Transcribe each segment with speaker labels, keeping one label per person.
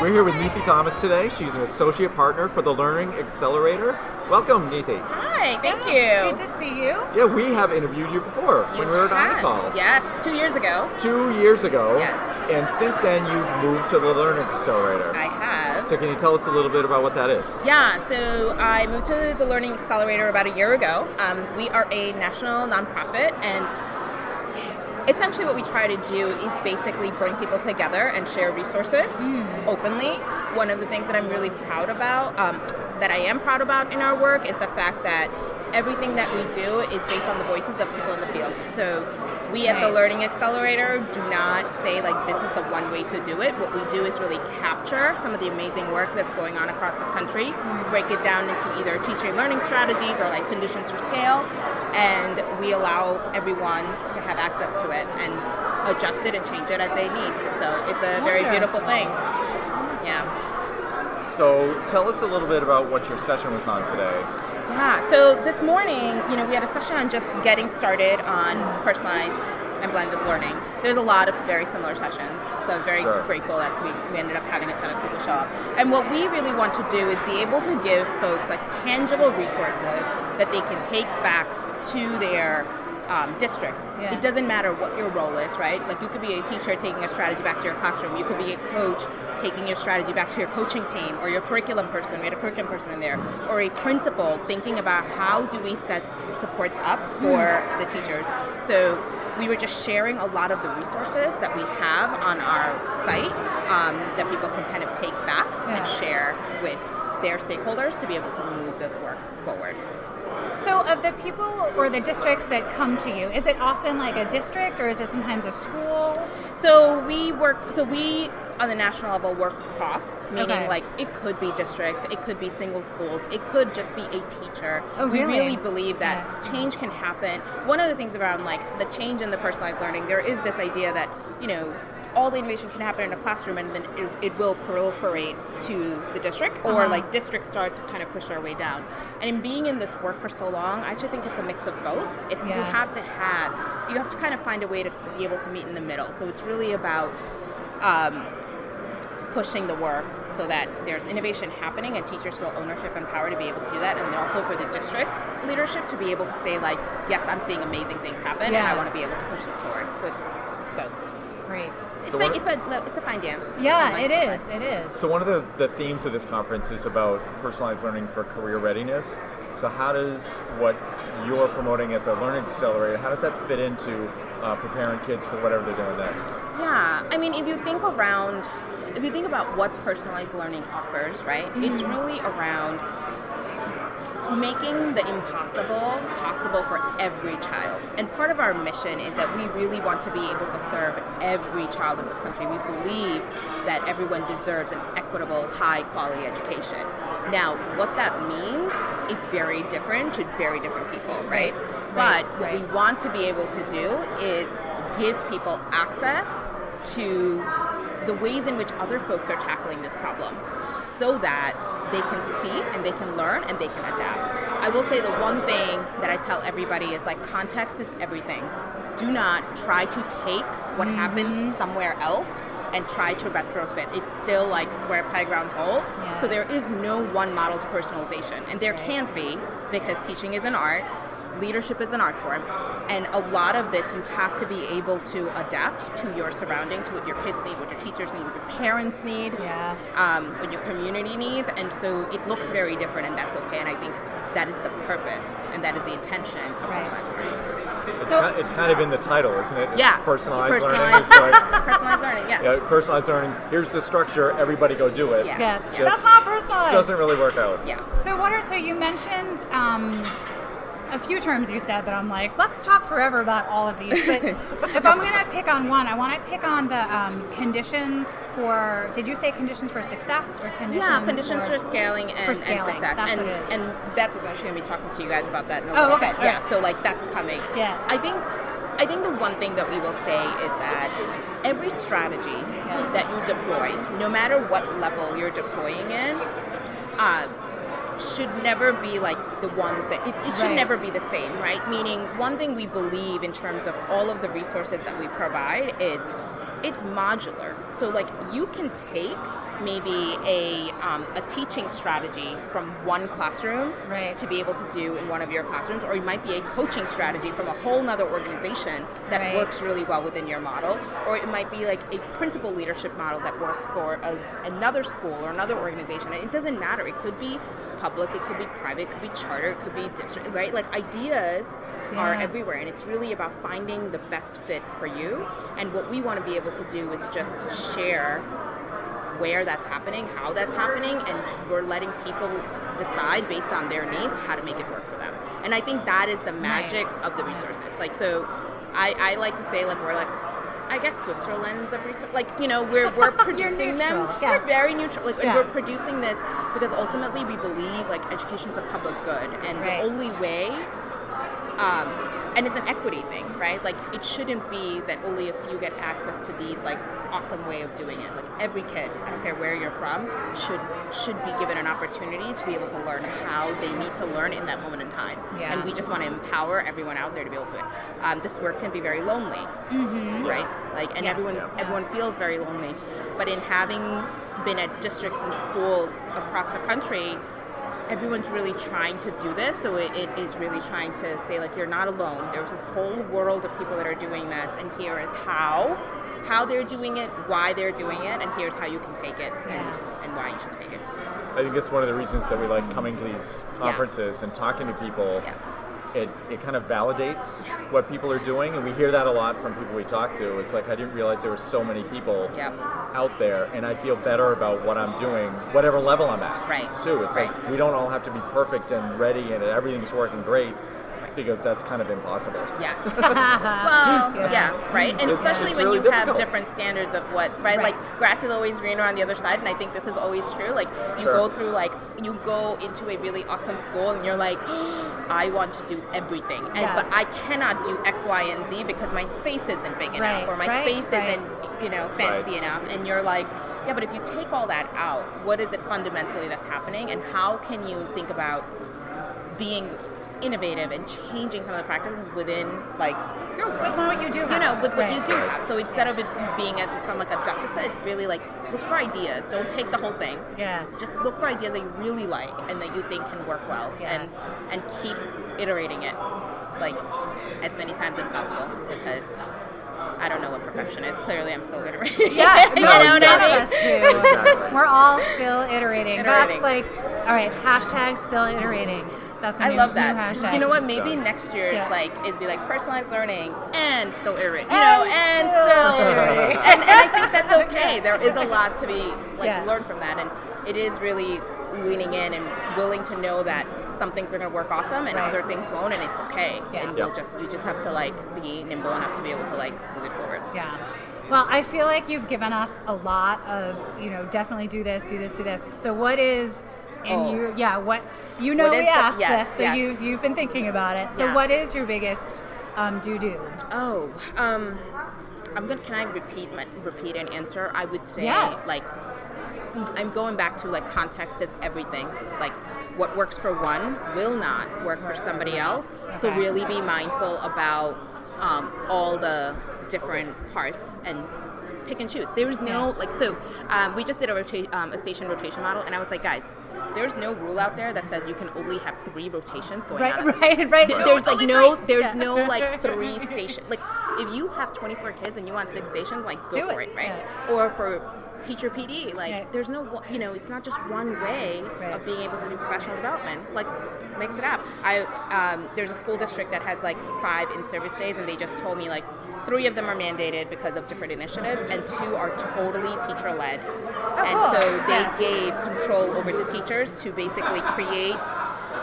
Speaker 1: We're here with Neethi Thomas today. She's an associate partner for the Learning Accelerator. Welcome, Neethi.
Speaker 2: Hi, thank
Speaker 3: Good
Speaker 2: you.
Speaker 3: to see you.
Speaker 1: Yeah, we have interviewed you before when we were at
Speaker 2: Hi.
Speaker 1: Omnicall.
Speaker 2: Yes, two years ago.
Speaker 1: Two years ago.
Speaker 2: Yes.
Speaker 1: And since then, you've moved to the Learning Accelerator.
Speaker 2: I have.
Speaker 1: So, can you tell us a little bit about what that is?
Speaker 2: Yeah, so I moved to the Learning Accelerator about a year ago. Um, we are a national nonprofit, and essentially what we try to do is basically bring people together and share resources openly. One of the things that I'm really proud about, um, that I am proud about in our work, is the fact that everything that we do is based on the voices of people in the field. So we at the
Speaker 3: Nice.
Speaker 2: Learning Accelerator do not say like this is the one way to do it. What we do is really capture some of the amazing work that's going on across the country, break it down into either teaching and learning strategies or like conditions for scale, and we allow everyone to have access to it and adjust it and change it as they need. So it's a very beautiful thing. Yeah.
Speaker 1: So, tell us a little bit about what your session was on today.
Speaker 2: Yeah. So this morning, you know, we had a session on just getting started on personalized and blended learning. There's a lot of very similar sessions, so I was very
Speaker 1: Sure.
Speaker 2: grateful that we, we ended up having a ton of people show up. And what we really want to do is be able to give folks like tangible resources that they can take back to their um, districts.
Speaker 3: Yeah.
Speaker 2: It doesn't matter what your role is, right? Like you could be a teacher taking a strategy back to your classroom. You could be a coach taking your strategy back to your coaching team or your curriculum person. We had a curriculum person in there, or a principal thinking about how do we set supports up for the teachers. So we were just sharing a lot of the resources that we have on our site um, that people can kind of take back
Speaker 3: Yeah.
Speaker 2: and share with their stakeholders to be able to move this work forward.
Speaker 3: So, of the people or the districts that come to you, is it often like a district or is it sometimes a school?
Speaker 2: So we work. So we on the national level work across, meaning
Speaker 3: Okay.
Speaker 2: like it could be districts, it could be single schools, it could just be a teacher.
Speaker 3: Oh,
Speaker 2: we
Speaker 3: really?
Speaker 2: really believe that change can happen. One of the things around like the change in the personalized learning, there is this idea that you know. All the innovation can happen in a classroom, and then it, it will proliferate to the district, or like district starts to kind of push our way down. And in being in this work for so long, I actually think it's a mix of both. It, You
Speaker 3: Yeah.
Speaker 2: have have to have you have to kind of find a way to be able to meet in the middle so it's really about um, pushing the work so that there's innovation happening and teachers feel ownership and power to be able to do that and then also for the district leadership to be able to say like yes i'm seeing amazing things happen and i
Speaker 3: Yeah.
Speaker 2: want to be able to push this forward so it's both
Speaker 3: Great.
Speaker 2: it's
Speaker 1: So
Speaker 2: like
Speaker 1: what-
Speaker 2: it's a it's a fine dance
Speaker 3: Yeah,
Speaker 2: Like,
Speaker 3: it is. It is.
Speaker 1: So, one of the, the themes of this conference is about personalized learning for career readiness. So, how does what you're promoting at the Learning Accelerator, how does that fit into uh, preparing kids for whatever they're doing next?
Speaker 2: Yeah, I mean, if you think around, if you think about what personalized learning offers, right? It's
Speaker 3: Mm-hmm.
Speaker 2: really around making the impossible possible for every child. And part of our mission is that we really want to be able to serve every child in this country. We believe that everyone deserves an equitable, high quality education. Now, what that means is very different to very different people, right?
Speaker 3: Right,
Speaker 2: but what we
Speaker 3: right.
Speaker 2: want to be able to do is give people access to the ways in which other folks are tackling this problem so that they can see and they can learn and they can adapt. I will say the one thing that I tell everybody is like context is everything. Do not try to take what
Speaker 3: Mm-hmm.
Speaker 2: happens somewhere else and try to retrofit. It's still like square peg round hole.
Speaker 3: Yeah.
Speaker 2: So there is no one model to personalization and there
Speaker 3: Right.
Speaker 2: can can't be because teaching is an art, leadership is an art form, and a lot of this you have to be able to adapt to your surroundings, to what your kids need, what your teachers need, what your parents need,
Speaker 3: Yeah.
Speaker 2: um, what your community needs, and so it looks very different, and that's okay. And I think that is the purpose and that is the intention of
Speaker 3: Right.
Speaker 2: personalized learning.
Speaker 1: It's,
Speaker 3: So-
Speaker 1: kind, it's kind of in the title, isn't it? It's
Speaker 2: Yeah,
Speaker 1: Personalized, learning.
Speaker 2: personalized.
Speaker 1: It's like,
Speaker 2: Personalized learning, yeah.
Speaker 1: yeah, personalized learning. Here's the structure. Everybody go do it.
Speaker 2: Yeah.
Speaker 3: Yeah.
Speaker 2: Yes.
Speaker 3: That's not personalized.
Speaker 1: Doesn't really work out.
Speaker 2: yeah.
Speaker 3: So, what are, so you mentioned um, a few terms you said that I'm like, let's talk forever about all of these. But if I'm going to pick on one, I want to pick on the um, conditions for, did you say conditions for success or conditions
Speaker 2: Yeah, conditions
Speaker 3: for
Speaker 2: for scaling and,
Speaker 3: for scaling,
Speaker 2: and success.
Speaker 3: that's
Speaker 2: and
Speaker 3: what it is.
Speaker 2: and Beth is actually gonna be talking to you guys about that in a
Speaker 3: Oh,
Speaker 2: little
Speaker 3: okay,
Speaker 2: bit. Yeah,
Speaker 3: alright.
Speaker 2: so like that's coming.
Speaker 3: Yeah.
Speaker 2: I think I think the one thing that we will say is that every strategy
Speaker 3: Yeah.
Speaker 2: that you deploy, no matter what level you're deploying in, uh, should never be like the one thing. It, it should
Speaker 3: Right.
Speaker 2: never be the same, right? Meaning, one thing we believe in terms of all of the resources that we provide is it's modular. So like you can take maybe a, um, a teaching strategy from one classroom
Speaker 3: Right.
Speaker 2: to be able to do in one of your classrooms, or it might be a coaching strategy from a whole nother organization that
Speaker 3: Right.
Speaker 2: works really well within your model, or it might be like a principal leadership model that works for a, another school or another organization. It doesn't matter. It could be public, it could be private, it could be charter, it could be district, right? Like ideas are everywhere
Speaker 3: Yeah.
Speaker 2: everywhere and it's really about finding the best fit for you and what we want to be able to do is just share where that's happening how that's happening and we're letting people decide based on their needs how to make it work for them and i think that is the magic
Speaker 3: Nice.
Speaker 2: of the resources like so I, I like to say like we're like I guess Switzerland's of resource, like you know, we're we're producing them.
Speaker 3: neutral, yes.
Speaker 2: We're very neutral, like and
Speaker 3: Yes.
Speaker 2: we're producing this because ultimately we believe like education's a public good, and
Speaker 3: Right.
Speaker 2: the only way um, and it's an equity thing, right? Like it shouldn't be that only a few get access to these like awesome way of doing it. Like every kid, I don't care where you're from, should should be given an opportunity to be able to learn how they need to learn in that moment in time.
Speaker 3: Yeah.
Speaker 2: And we just want to empower everyone out there to be able to do it. Um, this work can be very lonely, right? Like and
Speaker 3: Yes.
Speaker 2: everyone
Speaker 3: Yeah.
Speaker 2: everyone feels very lonely. But in having been at districts and schools across the country, everyone's really trying to do this. So it, it is really trying to say like you're not alone. There's this whole world of people that are doing this, and here is how how they're doing it, why they're doing it, and here's how you can take it
Speaker 3: Yeah.
Speaker 2: and, and why you should take it.
Speaker 1: I think it's one of the reasons that we like coming to these conferences and talking to people.
Speaker 2: Yeah.
Speaker 1: It, it kind of validates what people are doing, and we hear that a lot from people we talk to. It's like, I didn't realize there were so many people
Speaker 2: Yep.
Speaker 1: out there, and I feel better about what I'm doing, whatever level I'm at.
Speaker 2: Right.
Speaker 1: Too. It's like,
Speaker 2: Right.
Speaker 1: we don't all have to be perfect and ready, and everything's working great, because that's kind of impossible.
Speaker 2: Yes. well,
Speaker 3: Yeah.
Speaker 2: yeah, right. And
Speaker 1: It's-
Speaker 2: especially
Speaker 1: it's
Speaker 2: when
Speaker 1: really
Speaker 2: you have
Speaker 1: difficult.
Speaker 2: different standards of what, right? Like
Speaker 3: Right.
Speaker 2: grass is always greener on the other side, and I think this is always true. Like you
Speaker 1: Sure.
Speaker 2: go through, like you go into a really awesome school, and you're like, I want to do everything, and
Speaker 3: Yes.
Speaker 2: but I cannot do X, Y, and Z because my space isn't big enough,
Speaker 3: Right,
Speaker 2: or my
Speaker 3: right,
Speaker 2: space
Speaker 3: right.
Speaker 2: isn't, you know, fancy
Speaker 1: Right.
Speaker 2: enough. And you're like, yeah, but if you take all that out, what is it fundamentally that's happening, and how can you think about being innovative and changing some of the practices within like your
Speaker 3: With
Speaker 2: world.
Speaker 3: what you do,
Speaker 2: You know, with what
Speaker 3: Right.
Speaker 2: you do have. So instead of it being at, from like a deficit, it's really like look for ideas. Don't take the whole thing.
Speaker 3: Yeah.
Speaker 2: Just look for ideas that you really like and that you think can work well.
Speaker 3: Yes.
Speaker 2: And and keep iterating it, like as many times as possible because. I don't know what perfection is. Clearly, I'm still iterating.
Speaker 3: Yeah,
Speaker 2: you
Speaker 3: no,
Speaker 2: know what
Speaker 3: none
Speaker 2: I mean?
Speaker 3: of us do. We're all still iterating. That's
Speaker 2: Iterating.
Speaker 3: like, all right, hashtag still iterating. That's a
Speaker 2: I
Speaker 3: new,
Speaker 2: love
Speaker 3: new
Speaker 2: that.
Speaker 3: hashtag.
Speaker 2: You know what? Maybe next year
Speaker 3: Yeah.
Speaker 2: it's like it'd be like personalized learning and still irate. You
Speaker 3: And
Speaker 2: know, and
Speaker 3: still
Speaker 2: still
Speaker 3: irate.
Speaker 2: irate. and, and I think that's okay. There is a lot to be like
Speaker 3: Yeah.
Speaker 2: learned from that, and it is really leaning in and willing to know that some things are going to work awesome and other things won't, and it's okay.
Speaker 3: Yeah.
Speaker 2: And
Speaker 1: Yeah.
Speaker 2: we'll just you just have to like be nimble enough to be able to like move it forward.
Speaker 3: Yeah. Well, I feel like you've given us a lot of, you know, definitely do this, do this, do this. So what is and
Speaker 2: Oh.
Speaker 3: you yeah, what you know
Speaker 2: What
Speaker 3: we
Speaker 2: is the-
Speaker 3: asked
Speaker 2: yes,
Speaker 3: this, so
Speaker 2: yes.
Speaker 3: you've you've been thinking about it. So
Speaker 2: Yeah.
Speaker 3: what is your biggest um do do?
Speaker 2: Oh, um, I'm gonna. Can I repeat my repeat an answer? I would say
Speaker 3: Yeah.
Speaker 2: like I'm going back to like context is everything. Like what works for one will not work for somebody else. So
Speaker 3: Okay.
Speaker 2: really be mindful about um, all the different parts and pick and choose. There's no like so um, we just did a, rota- um, a station rotation model, and I was like, guys, there's no rule out there that says you can only have three rotations going on.
Speaker 3: Right, right, right.
Speaker 2: Th-
Speaker 3: No,
Speaker 2: there's
Speaker 3: it's
Speaker 2: like
Speaker 3: only
Speaker 2: no,
Speaker 3: three.
Speaker 2: there's
Speaker 3: Yeah.
Speaker 2: no like three stations. Like if you have 24 kids and you want six stations, like go
Speaker 3: Do
Speaker 2: for
Speaker 3: it.
Speaker 2: it, right?
Speaker 3: Yeah.
Speaker 2: Or for teacher PD, like
Speaker 3: Right.
Speaker 2: there's no, one- you know, it's not just one way
Speaker 3: Right.
Speaker 2: of being able to do professional development. Like mix it up. I um, there's a school district that has like five in-service days, and they just told me like. Three of them are mandated because of different initiatives, and two are totally teacher led. and
Speaker 3: Oh, cool.
Speaker 2: so they
Speaker 3: Yeah.
Speaker 2: gave control over to teachers to basically create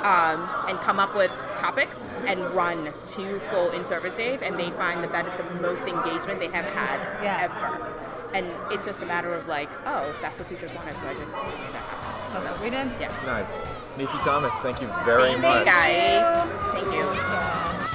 Speaker 2: um, and come up with topics and run two full in service days, and they find that that is the most engagement they have had
Speaker 3: Yeah.
Speaker 2: ever. And it's just a matter of like, oh, that's what teachers wanted, so I just made that happen.
Speaker 3: That's
Speaker 2: So,
Speaker 3: what we did.
Speaker 2: Yeah.
Speaker 1: Nice. Nikki Thomas, thank you very
Speaker 2: Thank you
Speaker 1: much.
Speaker 2: guys. Thank you.
Speaker 3: Yeah.